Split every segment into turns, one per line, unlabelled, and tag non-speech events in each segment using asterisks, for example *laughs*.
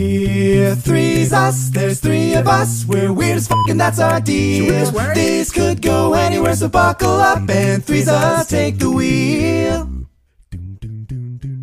We're three's us, there's three of us, we're weird as fuck and that's our deal. This could go anywhere, so buckle up and three's us, take the wheel.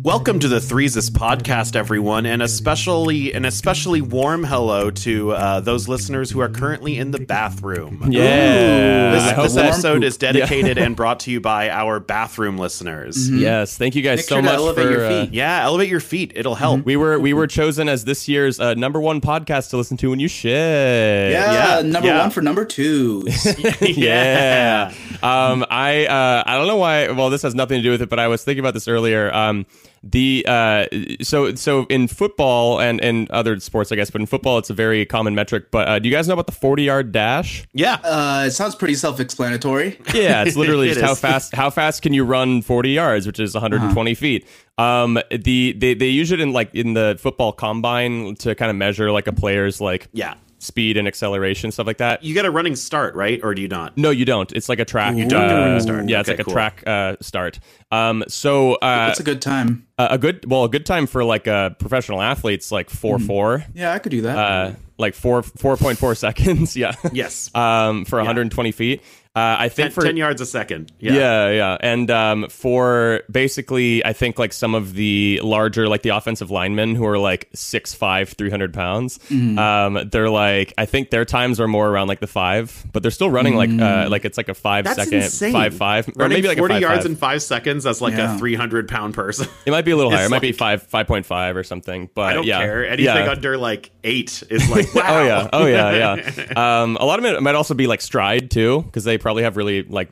Welcome to the Threeses podcast, everyone, and especially an especially warm hello to uh, those listeners who are currently in the bathroom.
Yeah. I
This,
hope
this
warm *laughs*
episode
poop.
is dedicated and brought to you by our bathroom listeners.
Yeah. Yes. Thank you guys
Make
so
sure to
much
elevate
for.
your
uh,
feet.
Yeah, elevate your feet; it'll help.
we were we were chosen as this year's uh, number one podcast to listen to when you shit.
Yeah,
Yeah, number
yeah.
one for
*laughs*
number two.
*laughs* yeah. Um, I uh, I don't know why. Well, this has nothing to do with it, but I was thinking about this earlier. Um, the uh, so so in football and and other sports, I guess, but in football, it's a very common metric. But uh, do you guys know about the forty yard dash?
Yeah,
Uh, it sounds pretty self-explanatory.
Yeah, it's literally
*laughs* It
just how
is. Uh-huh.
fast how fast can you run 40 yards, which is 120 feet. Um, the they they use it in like in the football combine to kind of measure like a player's like
yeah.
speed and acceleration stuff like that.
You get a running start, right, or do you not?
No, you don't. It's like a track. You
don't get a running start.
Yeah, it's
Okay,
like a
cool.
track uh, start. Um, so uh,
That's a good time.
a, a good well a good time for like uh, professional athletes like four
Mm.
four.
Yeah, I could do that.
Uh, like four four point four *laughs* seconds. Yeah.
Yes,
Um, for 120 feet. Uh, I think
ten,
for
ten yards a second.
Yeah. yeah, And um, for basically, I think like some of the larger, like the offensive linemen who are like 6'5, 300 pounds,
Mm-hmm.
um, they're like, I think their times are more around like the five, but they're still running like, uh, like it's like a five
Mm. That's
second,
insane.
five, five, or
Running
maybe like a
40
five,
yards
five.
in five seconds as like
Yeah.
a 300 pound person. *laughs*
It might be a little higher. It might be
like-
five, 5.5 or something, but
I don't
yeah.
care. Anything
yeah.
under like eight is like, wow.
*laughs* Oh yeah, oh yeah,
*laughs*
yeah. Um, a lot of it might also be like stride too, because they probably have really like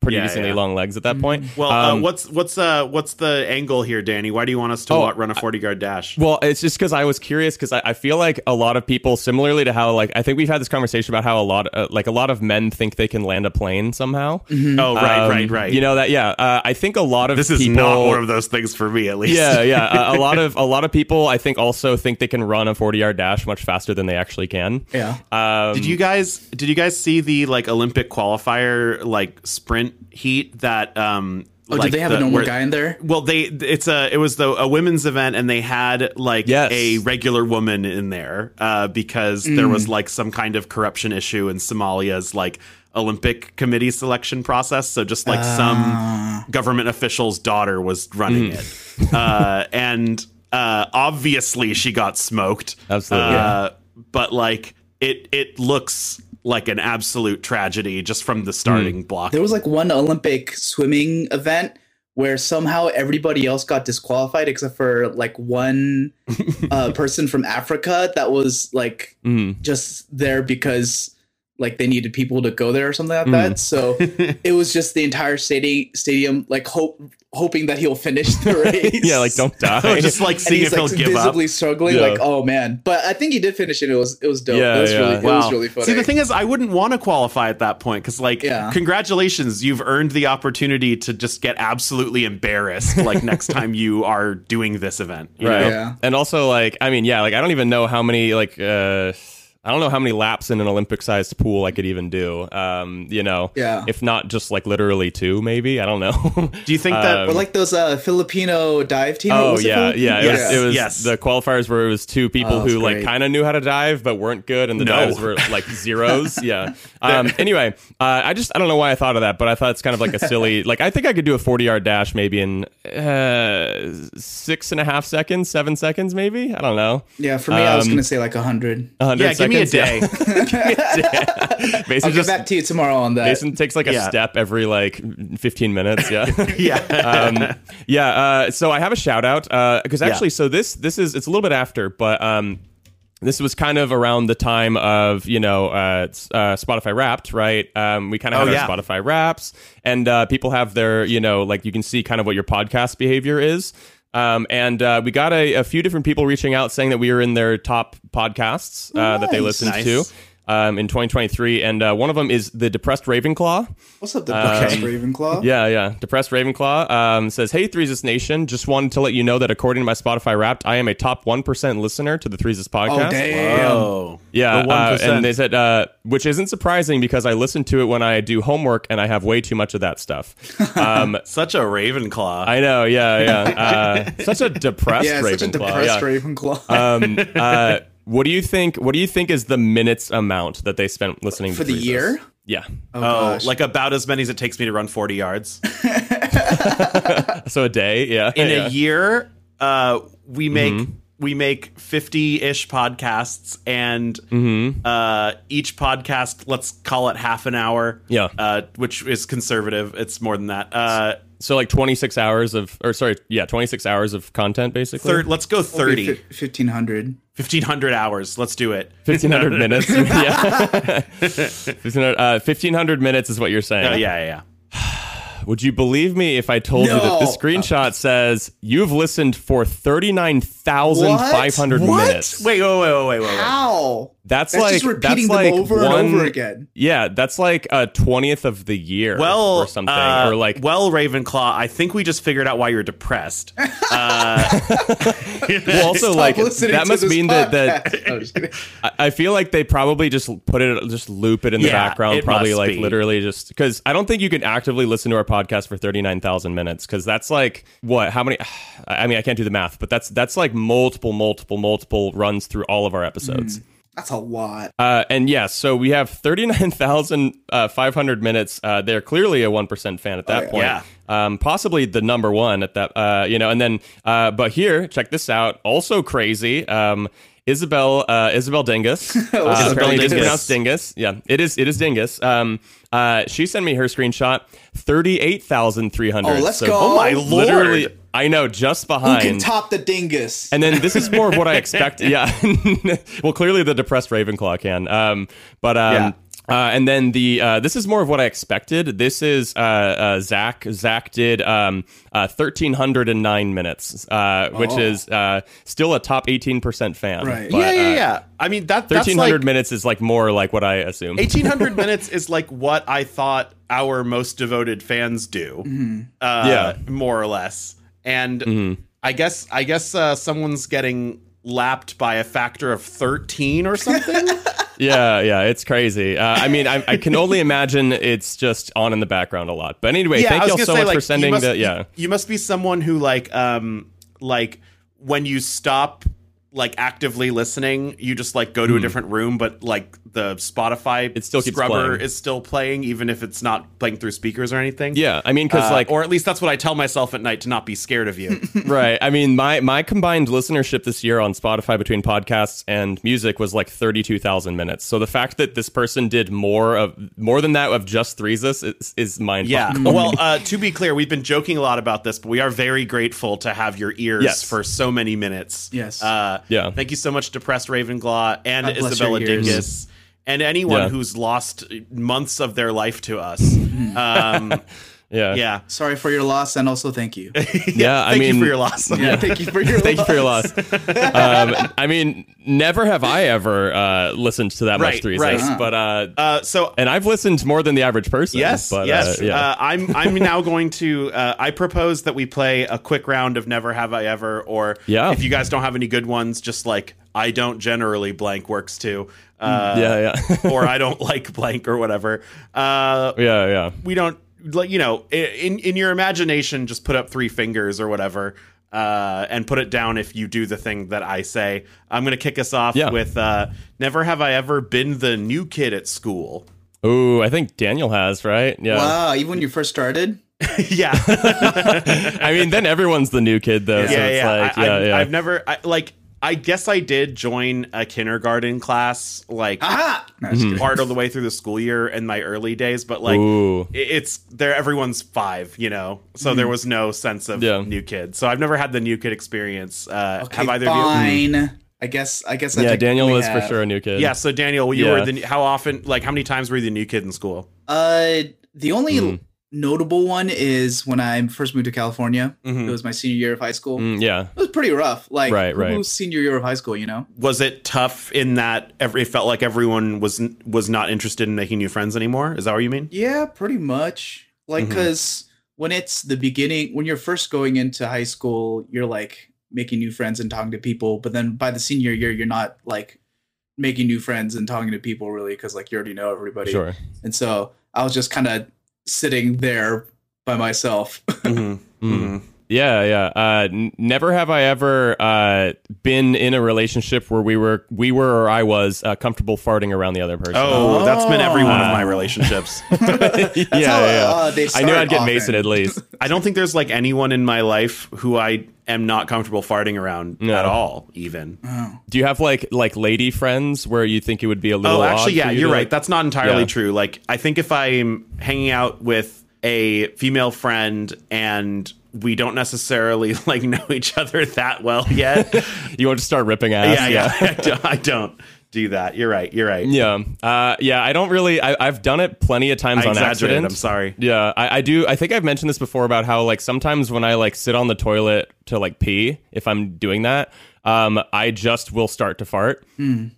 pretty
Yeah,
decently
yeah.
long legs at that point.
Well,
Um,
uh, what's what's uh what's the angle here, Danny? Why do you want us to
Oh,
wa- run a forty yard dash?
Well, it's just because I was curious because I, I feel like a lot of people, similarly to how like I think we've had this conversation about how a lot uh, like a lot of men think they can land a plane somehow.
oh, right,
Um,
right, right.
You know that? Yeah. Uh, I think a lot of
this is
people,
not one of those things for me, at least.
yeah, yeah. A, a lot
*laughs*
of a lot of people, I think, also think they can run a forty-yard dash much faster than they actually can.
yeah.
Um,
Did you guys did you guys see the like Olympic qualifier like sprint heat that um
oh,
like
did they have
the-
a normal
where-
guy in there?
Well, they it's a it was the a women's event and they had like
Yes.
a regular woman in there uh, because there
Mm.
was like some kind of corruption issue in Somalia's like Olympic committee selection process. So just like some
Ah.
government official's daughter was running
Mm.
it, uh, and uh, obviously she got smoked.
Absolutely.
uh, but like it it looks like an absolute tragedy just from the starting
Mm.
block.
There was like one Olympic swimming event where somehow everybody else got disqualified except for like
*laughs*
one uh, person from Africa that was like
*laughs*
Mm.
just there because like they needed people to go there or something like
Hmm. *laughs*
that. So it was just the entire stadium, stadium like hope hoping that he'll finish
*laughs*
the race.
yeah, like don't die.
*laughs* just like
and
seeing
he's
if he'll
like
give up.
visibly struggling,
Yeah.
like oh man. But I think he did finish it. It was it was dope.
Yeah,
it was
yeah.
really it was really funny.
See, the thing is, I wouldn't want to qualify at that point because, like,
Yeah.
congratulations, you've earned the opportunity to just get absolutely embarrassed, like,
*laughs*
next time you are doing this event. you
right
know? *laughs*
Yeah.
and also like i mean yeah like i don't even know how many like uh i don't know how many laps in an olympic sized pool i could even do um you know
Yeah.
if not just like literally two maybe i don't know *laughs* Um,
Do you think that,
Or like those uh, Filipino dive team.
Oh
was it
yeah,
called?
yeah. It
Yes,
was, it was
yes.
the qualifiers where it was two people
Oh, that's
who like
great.
kind of knew how to dive but weren't good, and the
No.
dives were
*laughs*
like zeros. yeah. Um, anyway, uh, I just I don't know why I thought of that, but I thought it's kind of like a
*laughs*
silly. Like I think I could do a forty-yard dash maybe in uh, six and a half seconds, seven seconds, maybe. I don't know.
Yeah, for me, I was gonna say like hundred.
Um, A hundred
yeah, give me a
seconds. Yeah.
day.
*laughs*
*laughs*
Yeah. Mason
I'll get
just
back to you tomorrow on that.
Mason takes like a
Yeah.
step every like 15 minutes.
*laughs*
Yeah.
*laughs*
yeah.
um, yeah. Uh, so I have a shout out because
Yeah.
actually, so this this is it's a little bit after, but um, this was kind of around the time of you know uh, s- uh, Spotify Wrapped, right? Um, we kind of
Oh,
have
yeah.
our Spotify Wraps, and uh, people have their you know like you can see kind of what your podcast behavior is. Um, and uh, we got a, a few different people reaching out saying that we were in their top podcasts uh, that they listened
Nice.
to. um, in 2023, and uh, one of them is the depressed Ravenclaw.
What's up, the Buckhurst Ravenclaw?
Um, Yeah, yeah. Depressed Ravenclaw um, says, "Hey, Threesis Nation, just wanted to let you know that according to my Spotify Wrapped, I am a top one percent listener to the Threesis podcast.
Oh damn!
Oh,
Yeah,
The
uh,
1%.
and they said, uh, which isn't surprising because I listen to it when I do homework, and I have way too much of that stuff.
*laughs*
Um,
such a Ravenclaw.
I know, yeah, yeah.
*laughs*
Uh, such a depressed
Yeah,
Ravenclaw.
such a depressed
yeah.
Ravenclaw.
um, uh, what do you think? What do you think is the minutes amount that they spent listening
*laughs* For
to
the
Threesis?
year?
Yeah, Uh,
oh,
oh,
gosh.
like about as many as it takes me to run 40
*laughs*
yards
so a day. Yeah,
in
yeah.
a year. Uh,
Mm-hmm.
we make we make 50 ish podcasts, and
Mm-hmm.
uh, each podcast let's call it half an hour.
Yeah.
uh, which is conservative. It's more than that. Uh,
So like twenty six hours of, or sorry, yeah, twenty six hours of content basically.
third, let's go 30,
fifteen hundred.
1500 hours. Let's do it.
Fifteen
*laughs*
hundred minutes. yeah. 1500, uh, *laughs* Fifteen hundred minutes is what you're saying.
Oh yeah, yeah, yeah.
Would you believe me if I told you that this
No.
screenshot says you've listened for thirty nine thousand five hundred
What?
minutes?
Wait, wait, wait, wait, wait, wait.
Ow!
That's,
That's
like
just repeating
that's
them
like
over
one,
and over again.
Yeah, that's like a twentieth of the year.
Well,
or something,
uh,
or like
well, Ravenclaw. I think we just figured out why
*laughs*
you're depressed. Uh,
well, also
*laughs*
*laughs*
Stop
like
listening
that
to
must
this
mean that that
podcast. No,
*laughs*
just kidding.
I I feel like they probably just put it, just loop it in the
Yeah,
background,
it
probably
must
like
be.
literally just because I don't think you can actively listen to our podcast for thirty nine thousand minutes because that's like what how many? *sighs* I mean, I can't do the math, but that's that's like multiple, multiple, multiple runs through all of our episodes.
That's a lot.
Uh, and yes, so we have 39,500 minutes. Uh, they're clearly a 1% fan at that
Oh, yeah.
point.
Yeah.
Um, possibly the number one at that, uh, you know, and then, uh, but here, check this out. Also crazy. Um, Isabel, uh, Isabel
*laughs*
Dingus. Uh,
Oh, Isabel
apparently it is
Dingus.
pronounced Dingus. Yeah, it is, it is Dingus. Um, uh, she sent me her screenshot, 38,300.
Oh, let's
So
go.
Oh my
Who
Literally,
lord!
I know, just
Who
behind.
can top the dingus?
And then this is more of what I expect. Yeah. *laughs* well, clearly the depressed Ravenclaw can. Um, but um,
Yeah.
uh, and then the uh, this is more of what I expected. This is uh, uh, Zach. Zach did um, uh, thirteen hundred and nine minutes, uh, which
Oh.
is uh, still a top eighteen percent fan.
Right.
But,
*laughs* yeah, yeah,
uh,
yeah. I mean that. That's
Thirteen hundred
like,
minutes is like more like what I assume. *laughs*
1800 minutes is like what I thought our most devoted fans do. Uh,
Mm-hmm. Yeah. Mm-hmm.
more or less. And I guess I guess uh, someone's getting lapped by a factor of 13 or
*laughs*
something.
yeah, yeah, it's crazy. Uh, I mean, I, I can only imagine it's just on in the background a lot. But anyway,
I
thank
was
y'all
gonna
so
say,
much
like,
for
you
sending
must-
the yeah.
You must be someone who like um like when you stop like actively listening, you just like go to a different room, but like the Spotify
Hmm. It still keeps
scrubber
playing.
is still playing, even if it's not playing through speakers or anything.
Yeah, I mean, because
Uh,
like
or at least that's what I tell myself at night to not be scared
*laughs*
of you.
right. I mean, my my combined listenership this year on Spotify between podcasts and music was like thirty two thousand minutes. So the fact that this person did more of more than that of just threesis is, is mind.
yeah. *laughs* well, uh, to be clear, we've been joking a lot about this, but we are very grateful to have your ears
Yes.
for so many minutes.
Yes.
Uh,
Yeah.
Thank you so much, Depressed Ravenclaw and
God bless
Isabella
your ears.
Dingus. And anyone
Yeah.
who's lost months of their life to
*laughs*
us, um,
yeah,
yeah,
Sorry for your loss, and also
*laughs*
thank you.
yeah. I
thank
mean,
you for your loss.
Yeah, thank you for your.
*laughs* Thank you for your loss.
*laughs*
um, I mean, never have I ever uh, listened to that
Right,
much threesis,
right.
but uh,
*laughs* Uh, so
and I've listened more than the average person.
Yes,
but,
yes.
Uh, yeah.
Uh, I'm I'm now going to. Uh, I propose that we play a quick round of Never Have I Ever, or
Yeah.
if you guys don't have any good ones, just like I don't generally blank works too. Uh,
Mm, yeah, yeah, *laughs*
or I don't like blank or whatever. Uh,
yeah, yeah.
we don't like you know i- in in your imagination just put up three fingers or whatever uh, and put it down if you do the thing that I say. I'm gonna kick us off
Yeah.
with uh, Never Have I Ever Been the New Kid at School. *laughs*
Ooh, I think Daniel has right. Yeah.
Wow, even when you first started.
yeah.
*laughs* I mean, then everyone's the new kid though. so
yeah,
it's
yeah.
like,
I,
yeah,
I've,
yeah.
I've never I, like. I guess I did join a kindergarten class, like
Aha! No, just kidding.
part of the way through the school year in my early days, but like
Hmm. Ooh.
i- it's there. Everyone's five, you know, so
Hmm.
there was no sense of
Yeah.
new kid. So I've never had the new kid experience. Uh,
Okay,
have either of you?
fine. I guess. I guess. I
yeah,
think
Daniel
we
was for
have.
sure a new kid.
Yeah. So Daniel, you
Yeah.
were the how often? Like how many times were you the new kid in school?
Hmm.
Uh, the only notable one is when I first moved to California.
Mhm.
It was my senior year of high school.
Mm, yeah.
It was pretty rough. Like
Right,
who
right.
was senior year of high school, you know?
Was it tough in that every, it felt like everyone was was not interested in making new friends anymore? Is that what you mean?
Yeah, pretty much. Like
Mm-hmm.
Mhm.
because when it's the beginning, when you're first going into high school, you're like making new friends and talking to people. But then by the senior year, you're not like making new friends and talking to people really because like you already know everybody.
Sure.
And so I was just kind of sitting there by myself. *laughs*
Mm-hmm.
Mm-hmm.
Mm. Yeah, yeah. Uh, n- never have I ever uh, been in a relationship where we were, we were, or I was uh, comfortable farting around the other person.
Oh, that's been every one of
Ah.
my relationships.
*laughs* yeah,
*laughs* That's how,
yeah.
uh, they
I knew
start
I'd get
often.
Mason at
*laughs*
least.
I don't think there's like anyone in my life who I am not comfortable farting around
No. Mm.
at all, even.
Do you have like like lady friends where you think it would be a little?
Oh, actually,
odd for
yeah,
you
you're
to-
right. That's not entirely
Yeah.
true. Like, I think if I'm hanging out with a female friend and we don't necessarily *laughs* like know each other that well
*laughs*
yet,
you want to start ripping ass.
yeah, yeah, *laughs* I don't- I don't do that. You're right. You're right.
Yeah, uh, yeah. I don't really. I, I've done it plenty of times
I
on
exaggerated.
accident.
I'm sorry.
Yeah, I, I do. I think I've mentioned this before about how like sometimes when I like sit on the toilet to like pee, if I'm doing that, um, I just will start to fart,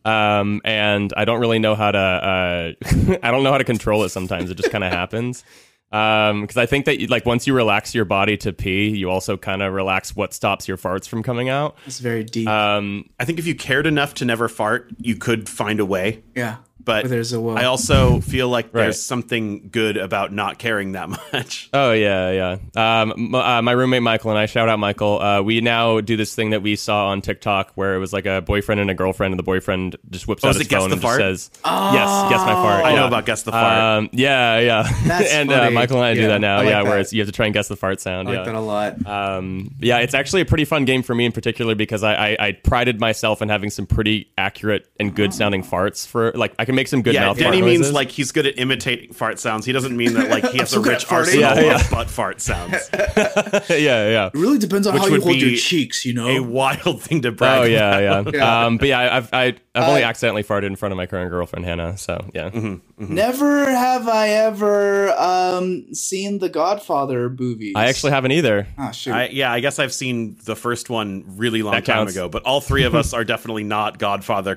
um, and I don't really know how to. Uh, *laughs* I don't know how to control it. Sometimes it just kind of happens. Um, because I think that you, like once you relax your body to pee, you also kind of relax what stops your farts from coming out.
It's very deep.
Um,
I think if you cared enough to never fart, you could find a way.
yeah.
But
Where there's a will.
I also feel like
Right.
there's something good about not caring that *laughs* much.
Oh yeah, yeah. Um, m- uh, my roommate Michael and I shout out Michael. Uh, we now do this thing that we saw on TikTok where it was like a boyfriend and a girlfriend, and the boyfriend just whips
Oh,
out
is
his
it Guess
phone
the
and
Fart? Oh.
just says, "Yes, guess my fart."
I
yeah.
know about guess the fart.
Um, yeah, yeah. *laughs*
That's
and uh,
funny.
Michael and I do
Yeah,
that now.
I like
yeah, where
that.
it's, you have to try and guess the fart sound.
I like
yeah.
that a lot.
Um, yeah, it's actually a pretty fun game for me in particular because I, I, I prided myself in having some pretty accurate and good sounding farts for like I can make some good
yeah,
mouth fart
Denny means
noises.
like he's good at imitating fart sounds. He doesn't mean that like he has a
*laughs* so good
rich
at farting. Oh.
arsenal
Yeah, yeah.
of butt fart
*laughs*
sounds.
yeah, *laughs* yeah.
It really depends on
Which
how you
would
hold
be
your cheeks, you
A
know.
wild thing to brag.
Oh yeah, yeah.
Yeah.
Um, but yeah, I- I've I, I've only
Uh,
accidentally farted in front of my current girlfriend Hannah. So yeah,
Mm-hmm. Never have I ever um, seen the Godfather movies.
I actually haven't either.
Oh, shoot.
I, yeah, I guess I've seen the first one really long
That
time
counts.
ago, but all three
*laughs*
of us are definitely not Godfather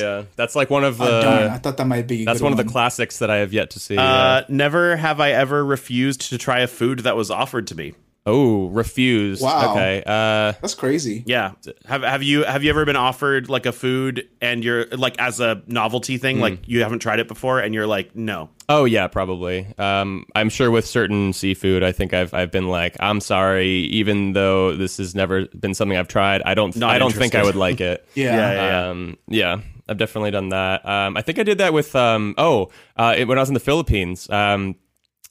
Yeah, yeah. That's like one of the.
oh, darn. I thought that might be. a
uh, that's
good
one of the classics that I have yet to see.
Uh, never have I ever refused to try a food that was offered to me.
oh, refused.
Wow.
Okay. Uh,
That's crazy.
Yeah. Have have you have you ever been offered like a food and you're like as a novelty thing, like you haven't tried it before and you're like, no.
oh yeah, probably. Um, I'm sure with certain seafood, I think I've I've been like, I'm sorry, even though this has never been something I've tried. I don't
Not
I don't think I
interested.
would like it.
Yeah.
Yeah, yeah.
Um, yeah, I've definitely done that. Um, I think I did that with um, oh, uh, it, when I was in the Philippines. Um,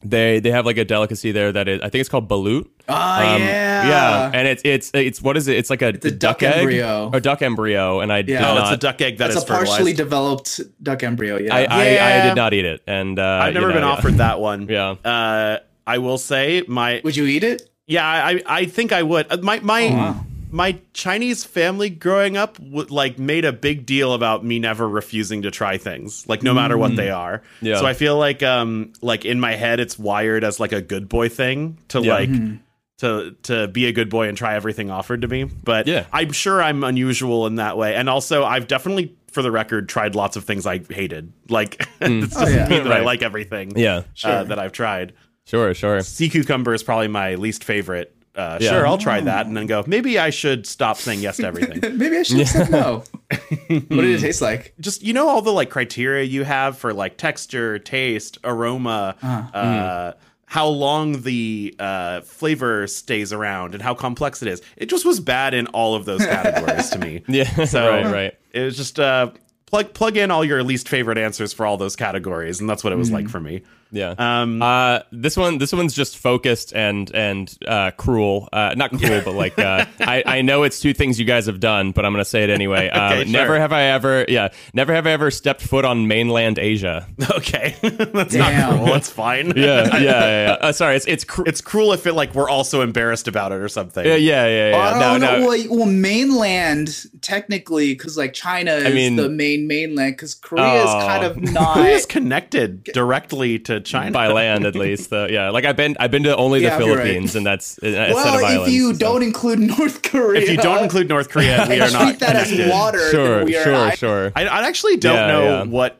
they they have like a delicacy there that is, I think it's called balut.
Ah,
Um,
yeah.
yeah, and it's it's it's what is it? It's like a,
a
duck,
duck
egg,
embryo.
a duck embryo, and I did
Yeah.
No,
not.
it's Oh, a duck egg that
That's
is
a partially
fertilized.
developed duck embryo. Yeah.
I, I,
Yeah.
I did not eat it, and uh,
I've never
you know,
been
yeah.
offered that one.
Yeah.
Uh, I will say my
Would you eat it? *laughs*
yeah I I think I would Uh, my my.
Oh,
wow.
My Chinese family growing up would like made a big deal about me never refusing to try things, like no matter what they are.
Mm. Yeah.
So I feel like um like in my head it's wired as like a good boy thing to
Yeah. Mm-hmm.
like to to be a good boy and try everything offered to me. But
Yeah.
I'm sure I'm unusual in that way. And also I've definitely for the record tried lots of things I hated. Like *laughs* it's
Oh,
just
yeah.
mean that
Mm.
I
Right.
like everything
Yeah,
uh,
Sure.
that I've tried.
sure, sure.
Sea cucumber is probably my least favorite. Uh,
Yeah.
Sure, I'll try that and then go. Maybe I should stop saying yes to everything.
Maybe I should have said no. what did it taste like?
just you know all the like criteria you have for like texture, taste, aroma, uh,
Mm-hmm.
how long the uh, flavor stays around, and how complex it is. It just was bad in all of those categories to me.
*laughs* Yeah,
So
right, right.
it was just uh, plug plug in all your least favorite answers for all those categories, and that's what it was like for me. *laughs*
Yeah.
Um,
uh, this one, this one's just focused and and uh, cruel. Uh, not cruel, but like
*laughs*
uh, I, I know it's two things you guys have done, but I'm gonna say it
*laughs*
anyway. Um,
Okay, sure.
Never have I ever, yeah, never have I ever stepped foot on mainland
*laughs*
Asia.
Okay, *laughs* that's
Damn.
not cruel. That's fine.
Yeah, yeah, yeah. yeah. Uh, sorry, it's it's cr-
It's cruel if it like we're also embarrassed about it or something.
yeah, yeah, yeah. yeah. No,
I don't
no.
know. Well, well, mainland technically, because like China is
mean-
the main mainland, because Korea is
Oh. *laughs*
kind of not.
Korea's connected directly to to China
by land at least. though. yeah, like I've been I've been to only the
Yeah, you're right.
Philippines, and that's uh, a set
well,
of
if
islands.
you
so-
don't include North Korea,
if you don't include North Korea,
*laughs*
we are
and
not
treat that
connected.
as water, then
sure,
we are
sure,
I-
sure.
I, I actually don't
Yeah,
know
yeah.
what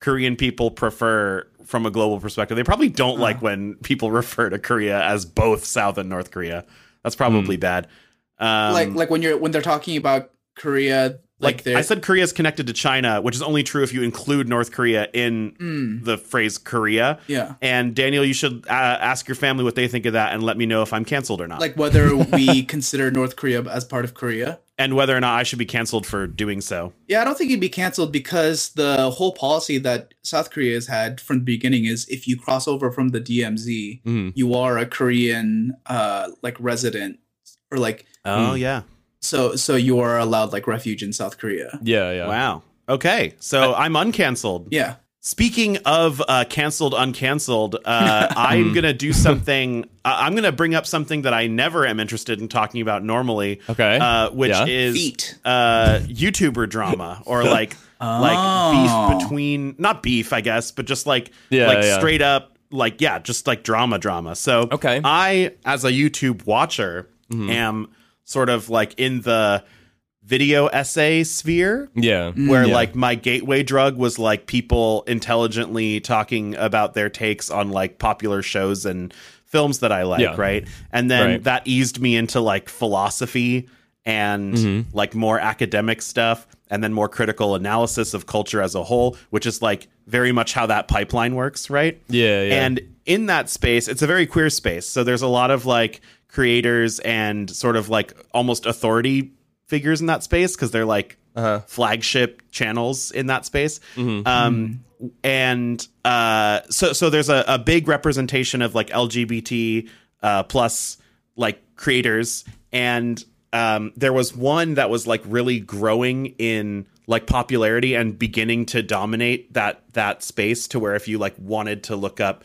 Korean people prefer from a global perspective. They probably don't like when people *laughs* refer to Korea as both South and North Korea. That's probably bad. Um,
Hmm. like like when you're when they're talking about Korea, like,
like
they're
I said, Korea is connected to China, which is only true if you include North Korea in
Mm.
the phrase Korea.
yeah.
And Daniel, you should uh, ask your family what they think of that, and let me know if I'm canceled or not,
Like whether we consider North Korea as part of Korea.
and whether or not I should be canceled for doing so.
Yeah, I don't think he'd be canceled because the whole policy that South Korea has had from the beginning is if you cross over from the DMZ,
Mhm.
you are a Korean uh like resident or like
Oh yeah,
so so you are allowed like refuge in South Korea.
Yeah, yeah.
wow. Okay, so I'm uncanceled.
Yeah.
Speaking of uh, canceled, uncanceled,
*laughs*
uh, I'm going to do something. I I'm going to bring up something that I never am interested in talking about normally,
Okay.
uh, which
Yeah.
is *laughs*
Feet.
uh, YouTuber
*laughs*
drama or like like
Oh.
beef between not beef, I guess, but just like
Yeah,
like
yeah.
straight up like yeah, just like drama drama. So
Okay. Mm-hmm.
I as a YouTube watcher am sort of like in the video essay sphere
Yeah.
where
Yeah.
like my gateway drug was like people intelligently talking about their takes on like popular shows and films that I like,
Yeah.
right? And then
Right.
that eased me into like philosophy and
Mm-hmm.
like more academic stuff and then more critical analysis of culture as a whole, which is like very much how that pipeline works, right?
Yeah, yeah.
And in that space, it's a very queer space. So there's a lot of like creators and sort of like almost authority figures in that space because they're like
Uh-huh.
flagship channels in that space.
Mm-hmm.
Um, and uh, so so there's a, a big representation of like LGBT uh, plus like creators and um, there was one that was like really growing in like popularity and beginning to dominate that that space to where if you like wanted to look up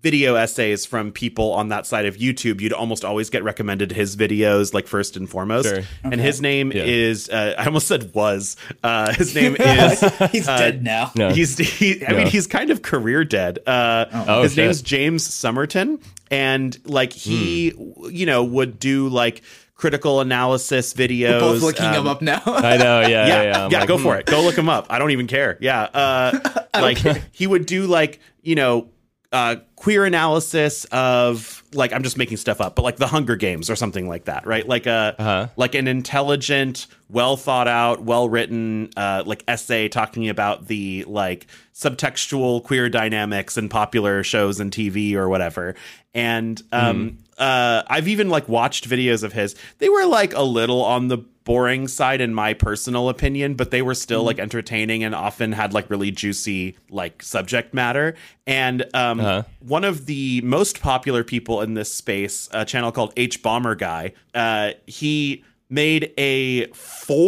video essays from people on that side of YouTube, you'd almost always get recommended his videos like first and foremost.
Sure.
And his name
Yeah.
is uh, *laughs* I almost said was uh,
*laughs*
his name is
He's dead now.
No.
he's he, I mean
Yeah.
he's kind of career dead. Uh,
Oh,
his
shit.
name's James Summerton, and like he
Hmm.
you know would do like critical analysis videos.
Both looking
um,
him up now.
I know. Yeah, yeah,
yeah,
yeah.
yeah.
I'm like,
go
hmm.
for it. Go look him up. I don't even care. Yeah,
*laughs*
uh, like he would do like you know uh, queer analysis of like I'm just making stuff up, but like the Hunger Games or something like that, right? Like a
Uh-huh.
like an intelligent, well thought out, well written uh, like essay talking about the like subtextual queer dynamics in popular shows and TV or whatever, and um.
Hmm.
Uh, I've even like watched videos of his. They were like a little on the boring side in my personal opinion, but they were still
Mm-hmm.
like entertaining and often had like really juicy like subject matter. And um,
Uh-huh.
one of the most popular people in this space, a channel called H Bomber Guy, uh, he made a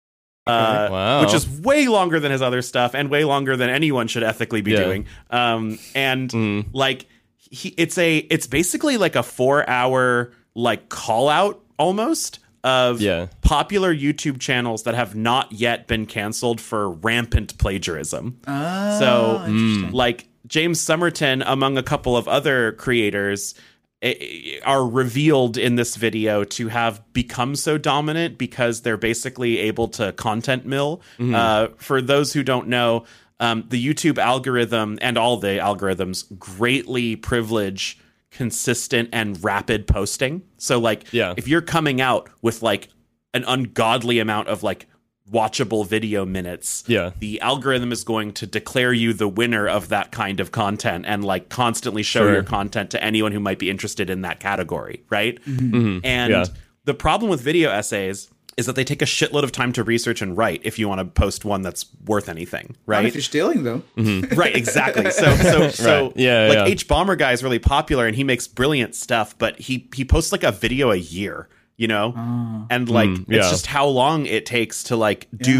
uh,
Wow.
which is way longer than his other stuff and way longer than anyone should ethically be
Yeah. Hmm.
doing. Um, and like he, it's a it's basically like a four hour like call out almost of
Yeah.
popular YouTube channels that have not yet been canceled for rampant plagiarism.
Oh,
so mm, like James Summerton, among a couple of other creators, eh, are revealed in this video to have become so
Mm-hmm.
dominant because they're basically able to content mill. Uh, for those who don't know, um, the YouTube algorithm and all the algorithms greatly privilege consistent and rapid posting. So like
Yeah.
if you're coming out with like an ungodly amount of like watchable video minutes,
Yeah.
the algorithm is going to declare you the winner of that kind of content and like constantly show
Sure.
your content to anyone who might be interested in that category, right?
Mm-hmm.
Mm-hmm.
And
Yeah.
the problem with video essays is that they take a shitload of time to research and write if you want to post one that's worth anything,
Not
right?
if you're stealing them.
*laughs* right exactly so so so
Right. Yeah,
like
yeah.
h bomber guy is really popular and he makes brilliant stuff but he he posts like a video a year you know and like it's
Hmm, yeah.
just how long it takes to like do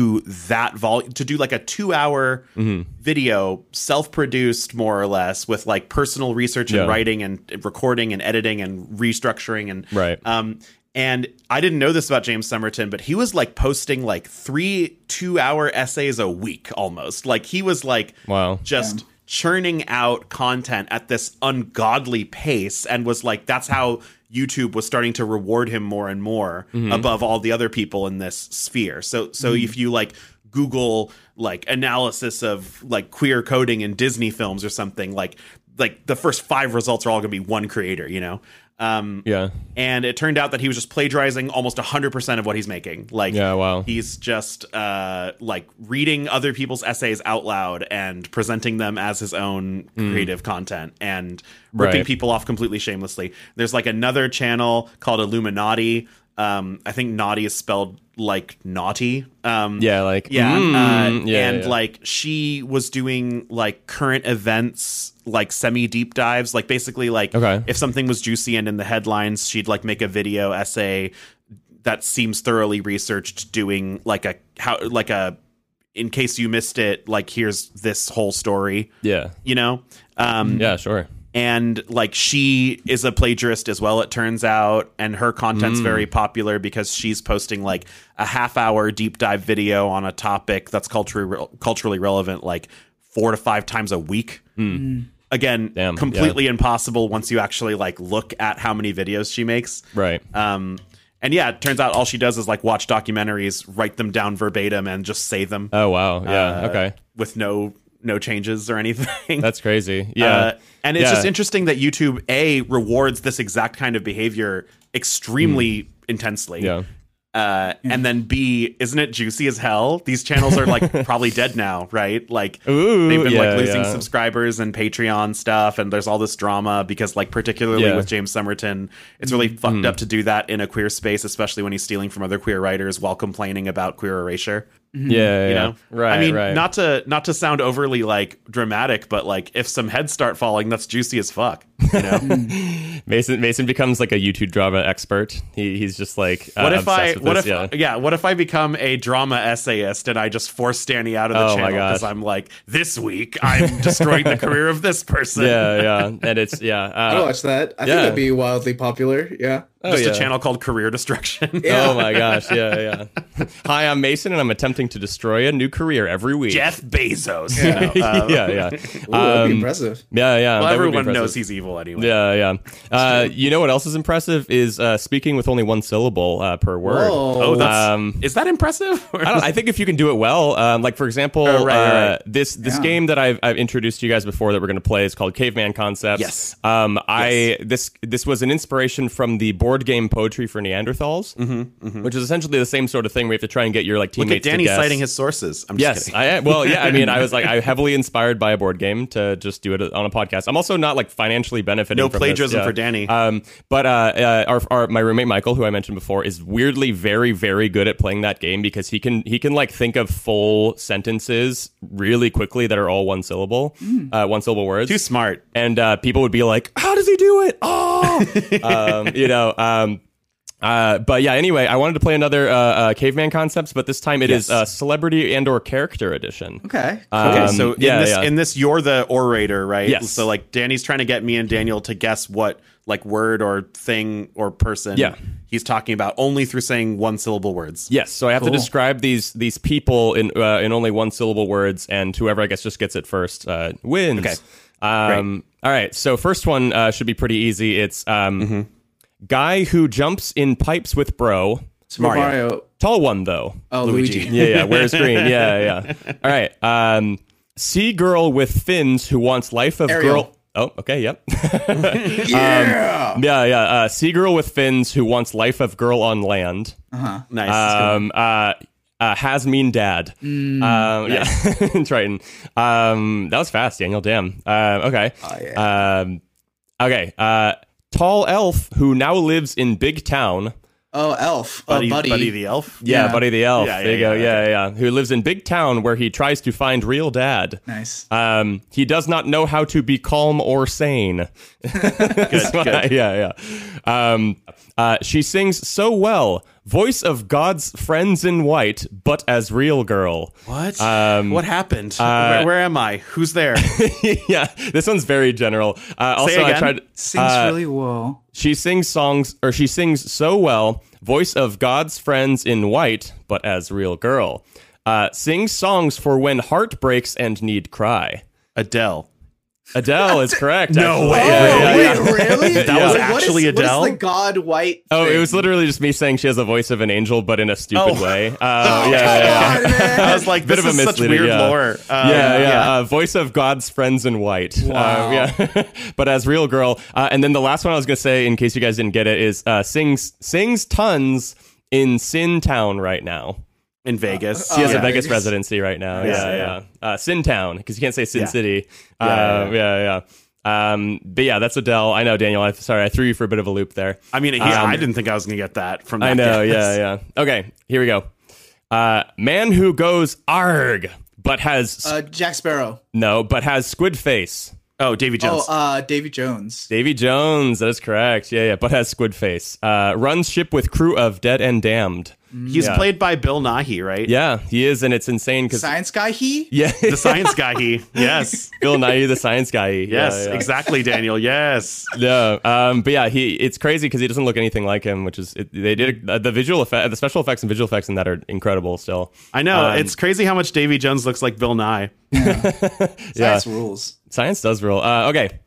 that vol to do like a two hour
Mm-hmm.
video self-produced more or less with like personal research
Yeah.
and writing and recording and editing and restructuring and
Right.
um, and I didn't know this about James Somerton, but he was like posting like three two hour essays a week almost. Like he was like
Wow.
just churning out content at this ungodly pace and was like that's how YouTube was starting to reward him more and more above all the other people in this sphere. So so if you like Google like analysis of like queer coding in Disney films or something like like the first five results are all going to be one creator, you know. Um,
Yeah.
and it turned out that he was just plagiarizing almost 100% of what he's making like
Yeah, wow.
he's just uh like reading other people's essays out loud and presenting them as his own creative content and ripping
Hmm. Right.
people off completely shamelessly there's like another channel called illuminati um i think naughty is spelled like naughty um
Yeah, like
yeah,
mm,
uh,
yeah,
and
yeah.
like she was doing like current events, like semi deep dives, like basically like
Okay.
if something was juicy and in the headlines, she'd like make a video essay that seems thoroughly researched, doing like a how like a in case you missed it, like here's this whole story,
yeah,
you know. Um,
yeah, sure.
and like she is a plagiarist as well it turns out and her content's
Hmm.
very popular because she's posting like a half hour deep dive video on a topic that's culturally culturally relevant like 4 to 5 times a week Hmm. again
Hmm. Damn,
completely impossible once you actually like look at how many videos she makes
Right.
um and yeah, it turns out all she does is like watch documentaries, write them down verbatim, and just say them
oh wow. Yeah.
uh,
okay.
with no no changes or anything.
That's crazy. Yeah.
Uh, and it's
Yeah.
just interesting that YouTube A rewards this exact kind of behavior extremely intensely.
Hmm. Yeah.
Uh, and then B, isn't it juicy as hell? These channels are
*laughs*
like probably dead now, right? Like
Ooh,
they've been
yeah,
like losing
yeah.
subscribers and Patreon stuff, and there's all this drama because, like, particularly
Yeah. Hmm.
with James Somerton, it's really fucked up to do that in a queer space, especially when he's stealing from other queer writers while complaining about queer
Yeah.
erasure
yeah,
Mm-hmm, you
yeah.
know
Right.
i mean
right.
not to not to sound overly like dramatic but like if some heads start falling that's juicy as fuck you know
*laughs* Mason. Mason becomes like a YouTube drama expert. He, he's just like. Uh,
what if
obsessed
i
with
what
this,
if yeah. what if i become a drama essayist and i just force stanny out of the
Oh my
channel
gosh.
because i'm like this week i'm
*laughs*
destroying the career of this person
yeah. yeah. Yeah. And it's yeah.
*laughs* I'd
Uh,
watch that. I think
yeah.
that'd be wildly popular. Yeah.
oh,
just
yeah.
a channel called career destruction *laughs*
Oh my gosh. Yeah. Yeah. *laughs* Hi, I'm Mason, and I'm attempting to destroy a new career every week.
jeff bezos you know? Uh,
*laughs* yeah. Yeah.
Ooh, that'd
Um,
be impressive.
Yeah. Yeah. that
well,
would be
everyone
impressive.
knows he's evil anyway
Yeah, yeah. Uh, you know what else is impressive is uh, speaking with only one syllable uh, per word.
Whoa.
oh that's
Um,
is that impressive Or- *laughs*
I, don't, I think if you can do it well, um, like for example,
Oh, right, right,
uh,
right.
this this
Yeah.
game that I've, I've introduced to you guys before that we're going to play is called Caveman Concepts.
Yes.
Um, I this this was an inspiration from the board game Poetry for Neanderthals, which is essentially the same sort of thing. We have to try and get your like teammates.
Mm-hmm, look at
to
danny
guess.
citing his sources i'm just
Yes,
kidding
I well, yeah. I mean, I
*laughs*
was like, I heavily inspired by a board game to just do it on a podcast. I'm also not like financially benefiting.
No
from
plagiarism
this, yeah.
for Danny.
Um, but uh, uh, our, our my roommate Michael, who I mentioned before, is weirdly very very good at playing that game because he can he can like think of full sentences really quickly that are all one syllable,
Hmm.
uh, one syllable words.
too smart
and uh, people would be like, "How does he do it?"
*laughs*
Oh, um, you know. Um, uh, but yeah, anyway, I wanted to play another uh, uh, caveman concepts, but this time it is
Yes.
uh, celebrity and or character edition.
Okay.
Okay,
Um,
so in
yeah,
this
yeah.
in this you're the orator, right?
Yes.
So like Danny's trying to get me and Daniel to guess what like word or thing or person
Yeah.
he's talking about only through saying one syllable words.
yes, so I have to
Cool.
describe these these people in uh, in only one syllable words, and whoever I guess just gets it first uh, wins.
Okay.
Um, all right. So first one uh, should be pretty easy. It's um,
Mm-hmm.
guy who jumps in pipes with bro.
Super Mario.
Tall one though.
Oh, Luigi. *laughs*
Yeah, yeah. Where's green? Yeah, yeah. All right. Um, sea girl with fins who wants life of
Ariel.
girl. Oh, okay,
*laughs*
yep. *laughs* Um,
Yeah.
yeah, yeah. Uh, sea girl with fins who wants life of girl on land.
Oh,
Nice.
Um, uh, uh, has mean dad.
Mm,
um, *laughs* Yeah, Triton. Um, that was fast, Daniel. Damn. Uh, okay.
Oh,
Um, okay. Uh, tall elf who now lives in big town.
oh, Elf.
buddy,
oh, buddy.
buddy the elf.
Yeah,
Yeah.
Buddy the Elf.
Yeah, yeah,
there you go.
yeah,
Yeah, yeah, yeah. Who lives in big town where he tries to find real dad.
nice.
Uh,
Um, he does not know how to be calm or sane. *laughs* That's why- Yeah, yeah. Um, uh, she sings so well, voice of God's friends in white, but as real girl. *laughs*
What? what happened? where, where am I? Who's there?
Um, uh, *laughs* yeah, this one's very general. Uh, also, I
again.
tried.
Sings really well.
She sings songs, or she sings so well, voice of God's friends in white, but as real girl. Uh, sings songs for when heart breaks and need cry.
Adele.
Adele is correct. No
way.
Oh, Wait, really?
*laughs* That was actually
what is,
Adele?
What is the God White?
Oh, it
thing?
was literally just me saying she has a voice of an angel, but in a stupid way. Uh,
Oh,
Oh,
yeah, yeah, yeah.
*laughs* I was like,
Bit of
this
a
is such
misleader,
weird
yeah.
lore. Uh,
yeah, yeah. Uh, voice of God's friends in white. Uh, yeah, *laughs* but as real girl. Uh, and then the last one I was gonna say, in case you guys didn't get it, is uh, sings sings tons in Sin Town right now.
in Vegas.
He has
Oh, yeah.
a Vegas residency right now. Yeah, yeah.
Yeah,
Uh, Sin Town because you can't say Sin
Yeah.
City. Yeah,
Yeah,
uh, yeah, yeah. Um, but yeah, that's Adele. I know, Daniel. I, sorry, I threw you for a bit of a loop there. Um,
I mean, he, I didn't think I was going to get that from. That
I know,
guess.
yeah, yeah. Okay, here we go. Uh, man who goes arg, but has
uh, Jack Sparrow.
no, but has squid face.
Oh, Davy Jones.
Oh, uh, Davy Jones.
Davy Jones, that is correct. Yeah, yeah, but has squid face. Uh, runs ship with crew of dead and damned.
um,
He's played by Bill Nighy, right?
Yeah, he is, and it's insane because
Science guy. He.
*laughs* yeah,
The science guy.
*laughs*
He. Yes.
Bill Nye, the science guy. Yeah,
*laughs* Yes.
yeah.
Exactly, Daniel. Yes.
No, um, but yeah, he it's crazy because he doesn't look anything like him, which is it, they did uh, the visual effect, the special effects and visual effects in that are incredible. Still,
I know.
Um,
it's crazy how much Davy Jones looks like Bill Nye.
Science rules.
Science does rule. Uh, okay.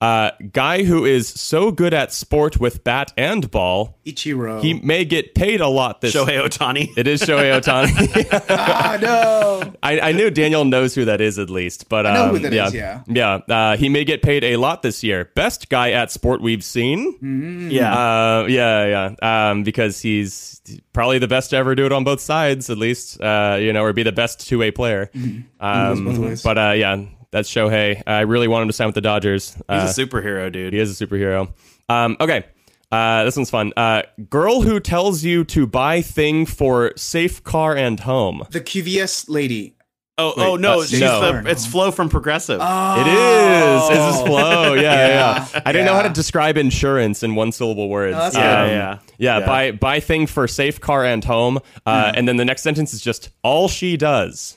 Uh, guy who is so good at sport with bat and ball,
Ichiro.
he may get paid a lot this.
Oh. Shohei Otani.
It is Shohei *laughs*
*laughs*
Otani.
ah no.
*laughs* I, I knew Daniel knows who that is at least, but um,
know who that
yeah,
is, yeah.
Uh, he may get paid a lot this year. Best guy at sport we've seen.
Hmm.
Yeah.
Uh, yeah, yeah. Um, because he's probably the best to ever do it on both sides, at least. Uh, you know, or be the best two way
*laughs*
player.
both
Um,
ways.
but uh, yeah, that's Shohei. I really want him to sign with the Dodgers. Uh,
He's a superhero, dude.
He is a superhero. Um, okay. Uh, this one's fun. Uh, girl who tells you to buy thing for safe car and home.
The QVS lady.
Oh, oh no,
uh,
she's
no.
the it's Flo from Progressive. *laughs*
It is. It's
Oh.
just flow. Yeah, yeah. I didn't know how to
Yeah.
describe insurance in one syllable words. Um,
that's
Yeah, Oh, good. yeah.
yeah,
Yeah.
Buy buy thing for safe car and home. Uh,
Hmm.
And then the next sentence is just all she does.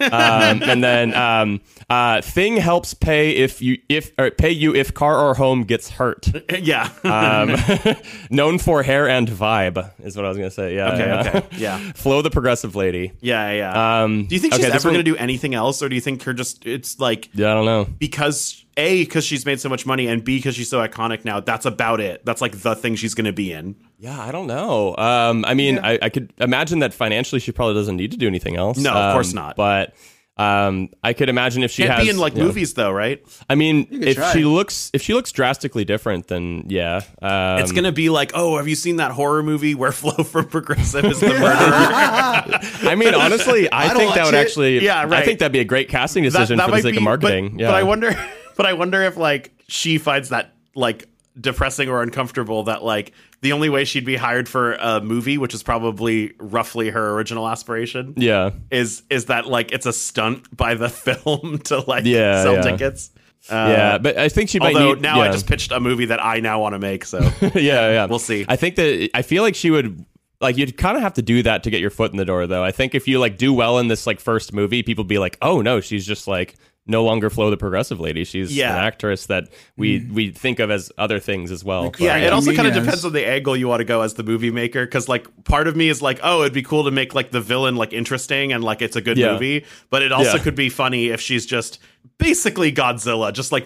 um, and then um, uh, thing helps pay if you if or pay you if car or home gets hurt.
yeah.
Um, *laughs* known for hair and vibe is what I was gonna say. Yeah.
okay,
yeah.
okay.
*laughs*
Yeah.
Flo the progressive lady.
Yeah, yeah.
Um,
do you think she's
okay, this
ever
one-
going to do anything else or do you think her just it's like
Yeah, I don't know.
because A because she's made so much money and B because she's so iconic now, that's about it. That's like the thing she's going to be in.
Yeah, I don't know. Um, I mean, I, I could imagine that financially she probably doesn't need to do anything else.
No, of
Um,
course not.
But um, I could imagine if she
Can't
has
be in like
you know,
movies though, right?
I mean,
could
if
try.
she looks if she looks drastically different, then yeah, um,
it's going to be like, "Oh, have you seen that horror movie where *laughs* Flo from Progressive is *laughs* the murderer?"
I mean,
*laughs*
honestly, I,
I'd
think that
watch
would
it.
actually.
Yeah,
I
right.
think that'd be a great casting decision for the sake of marketing.
But,
yeah.
but I wonder *laughs* but I wonder if like she finds that like depressing or uncomfortable that like the only way she'd be hired for a movie, which is probably roughly her original aspiration,
Yeah.
is is that like it's a stunt by the *laughs* film to like
Yeah,
sell
yeah.
tickets. Uh,
yeah, but I think she might
Although
need.
now I
yeah.
just pitched a movie that I now want to make, so
*laughs* yeah, yeah.
We'll see.
I think that I feel like she would like you'd kind of have to do that to get your foot in the door though. I think if you like do well in this like first movie, people be like, "Oh no, she's just like no longer Flo the progressive lady. She's
Yeah. Mm.
an actress that we we think of as other things as well." But-
Yeah, it also kind of
Nunez.
depends on the angle you want to go as the movie maker. Because like part of me is like, oh, it'd be cool to make like the villain like interesting and like it's a good
Yeah.
movie. But it also
Yeah.
could be funny if she's just basically Godzilla, just like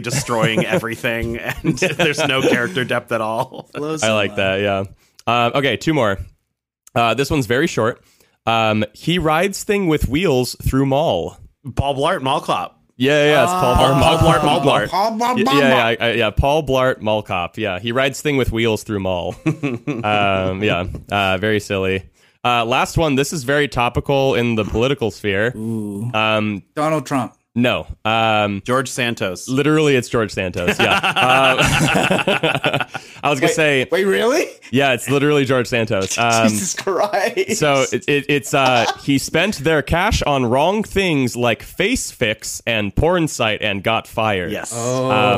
*laughs*
destroying everything, and there's no character depth at all.
Blows
I
him
like
up.
that. Yeah. Uh, okay, two more. Uh, this one's very short. Um, he rides thing with wheels through mall.
Paul Blart Mall Cop.
Yeah, yeah, yeah, it's Paul
Paul, Ah. Paul Blart Mall Blart.
Paul Blart
Yeah,
Mall
yeah, yeah, I- yeah, Paul Blart Mall Cop. Yeah, he rides thing with wheels through mall. *laughs* um, yeah, uh, very silly. Uh, last one. This is very topical in the political sphere. Um,
Donald Trump.
no, um,
George Santos.
Literally, it's George Santos.
*laughs*
Yeah. Uh, *laughs* I was gonna say,
Wait, really?
yeah, it's literally George Santos. Um,
*laughs* Jesus Christ.
so it, it, it's uh, he spent their cash on wrong things like Face Fix and porn site and got fired.
Yes.
um,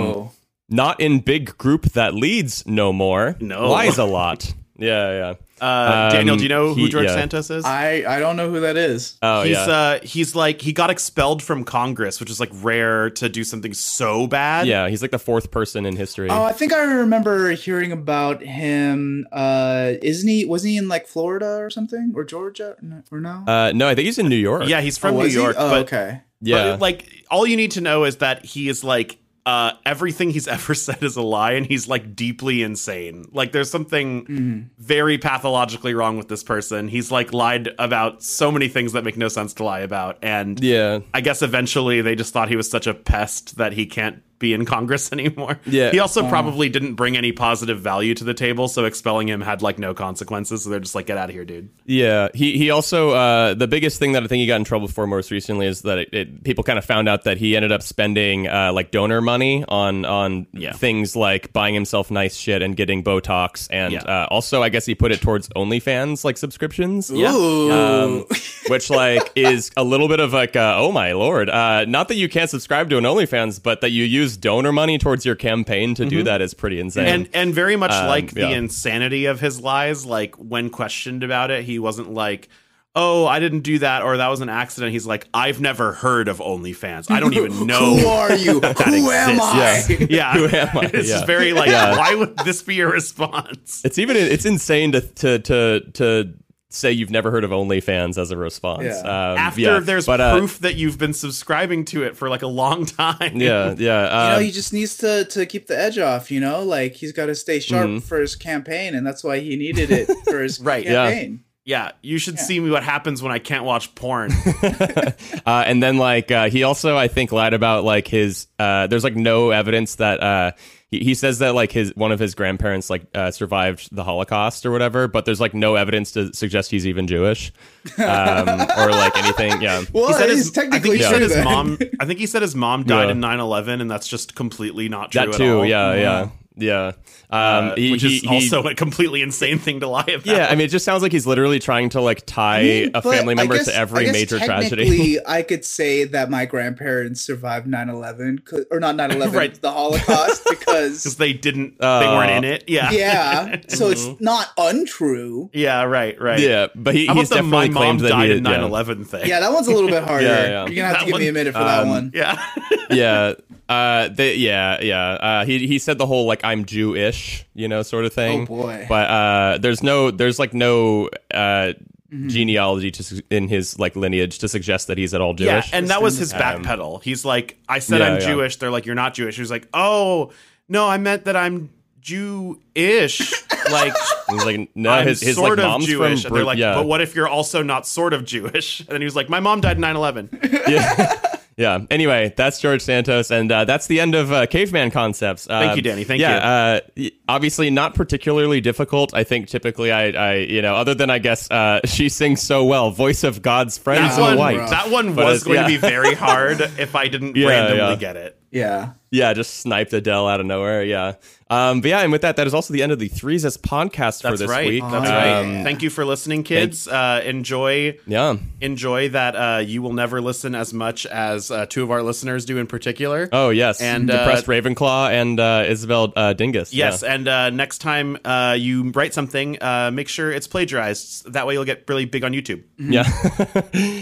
oh.
Not in big group that leads no more.
No.
Lies
*laughs*
a lot. Yeah, yeah.
Uh, Daniel, do you know who
Um, he-
George
yeah.
Santos is?
I I don't know who that is.
Oh
he's
yeah.
uh he's like he got expelled from Congress, which is like rare to do something so bad.
yeah, he's like the fourth person in history.
Oh, I think I remember hearing about him. Uh, isn't he? Wasn't he in like Florida or something, or Georgia, No- or no?
uh, no, I think he's in New York.
Yeah, he's from
Oh,
New
was he?
York,
Oh,
but
okay.
yeah.
But, like all you need to know is that he is like uh, everything he's *laughs* ever said is a lie, and he's like deeply insane. Like there's something very pathologically wrong with this person. He's like lied about so many things that make no sense to lie about, and
yeah.
I guess eventually they just thought he was such a pest that he can't be in *laughs* Congress anymore.
Yeah.
He also probably didn't bring any positive value to the table, so expelling him had like no consequences. So they're just like, get out of here, dude.
Yeah, he he also uh, the biggest thing that I think he got in trouble for most recently is that it, it, people kind of found out that he ended up spending uh, like donor money on on things like buying himself nice shit and getting Botox, and
Yeah.
uh, also I guess he put it towards OnlyFans like subscriptions.
Ooh.
Um, which like is a little bit of like uh, oh my lord uh, not that you can't subscribe to an onlyfans but that you use donor money towards your campaign to do that is pretty insane
Mm-hmm. and and very much
Um,
like
yeah.
the insanity of his lies like when questioned about it he wasn't like oh i didn't do that or that was an accident he's like i've never heard of onlyfans i don't
*laughs*
*laughs*
even know
Who are you? Who am I?
exists. Yeah.
yeah
Who am I?
it's
Yeah.
just very like why would this be your response
It's even it's insane to to to to say you've never heard of OnlyFans as a response.
Yeah.
Um,
after
yeah,
there's
but, uh,
proof that you've been subscribing to it for like a long time
Yeah, um,
You
Uh,
know,
yeah.
he just needs to to keep the edge off. You know, like he's got to stay sharp for his campaign, and that's why he needed it for his
Mm-hmm. *laughs* Right,
yeah.
campaign.
*laughs* yeah you should see me what happens when i can't watch porn
Uh, uh, and then like uh, he also I think lied about like his uh, there's like no evidence that uh, he he says that like his one of his grandparents like uh, survived the Holocaust or whatever, but there's like no evidence to suggest he's even Jewish um, or like anything.
*laughs*
Yeah.
*laughs* Well,
He said
he's
his- I think
technically
he said
true
his
then.
mom. I think he said his mom died
Yeah.
in 9-11, and that's just completely not true.
That
at
too.
all. Mm-hmm.
Yeah, yeah, yeah. Um,
Uh,
he-
which
he-
is
he-
also a completely insane thing to lie about.
Yeah, I mean, it just sounds like he's literally trying to like tie a
*laughs* But
family
I
member
guess-
to
I
every
guess
major tragedy.
*laughs*
technically, I could say that my grandparents survived 9/11 'cause- or not 9/11,
*laughs* Right.
the Holocaust
because *laughs*
because
they didn't, they weren't
Uh,
in it. Yeah,
yeah, so it's
Mm-hmm.
not untrue.
*laughs* yeah, right, right.
*laughs* Yeah, but he,
How
he's
about the
definitely
my mom
claimed that
died
he
in
yeah.
9-11 thing?
Yeah, that one's a little
*laughs*
bit harder.
yeah.
You're gonna have
That
to give me a
one- um,
minute for
um,
that one.
yeah. *laughs*
yeah, uh, they, yeah, yeah. Uh, he he said the whole like I'm Jewish, you know, sort of thing.
Oh, boy.
But uh, there's no, there's like no uh,
Mm-hmm.
genealogy to su- in his like lineage to suggest that he's at all Jewish. um,
Yeah, and that was his backpedal. He's like, I said
yeah,
I'm
yeah.
Jewish. They're like, you're not Jewish. He was like, oh no, I meant that I'm
*laughs*
Jewish. like.
And he's like no,
I'm
Uh, his his
sort
like
of
mom's
Jewish.
from
and they're
Bru-
like,
yeah.
but what if you're also not sort of Jewish? *laughs* And then he was like, my mom died in 9 11.
*laughs* yeah. Yeah. Anyway, that's George Santos, and uh, that's the end of uh, Caveman Concepts. Uh,
Thank you, Danny. Thank
yeah, you. Uh, y- obviously, not particularly difficult. I think typically, I, I, you know, other than I guess uh, *laughs* she sings so well, voice of God's friends
That
in
one,
white.
that one
But
was
it's-
going to
yeah.
be
*laughs*
very hard if I didn't
Yeah,
randomly
yeah.
get it.
Yeah.
Yeah, just sniped Adele out of nowhere. Yeah. Um, but yeah, and with that, that is also the end of the Threes S podcast for
That's
this
right.
week.
That's
Um,
right. Thank you for listening, kids. Uh, enjoy.
Yeah.
Enjoy that uh, you will never listen as much as uh, two of our listeners do in particular.
Oh yes,
And, uh,
depressed Ravenclaw and uh, Isabel uh, Dingus.
Yes,
Yeah.
and uh, next time uh, you write something, uh, make sure it's plagiarized. That way you'll get really big on YouTube.
Yeah.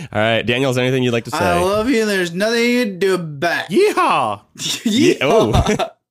*laughs* All right, Daniel, is there anything you'd like to say?
I love you. and There's nothing you can do back.
Yeehaw!
Yeah, oh. *laughs*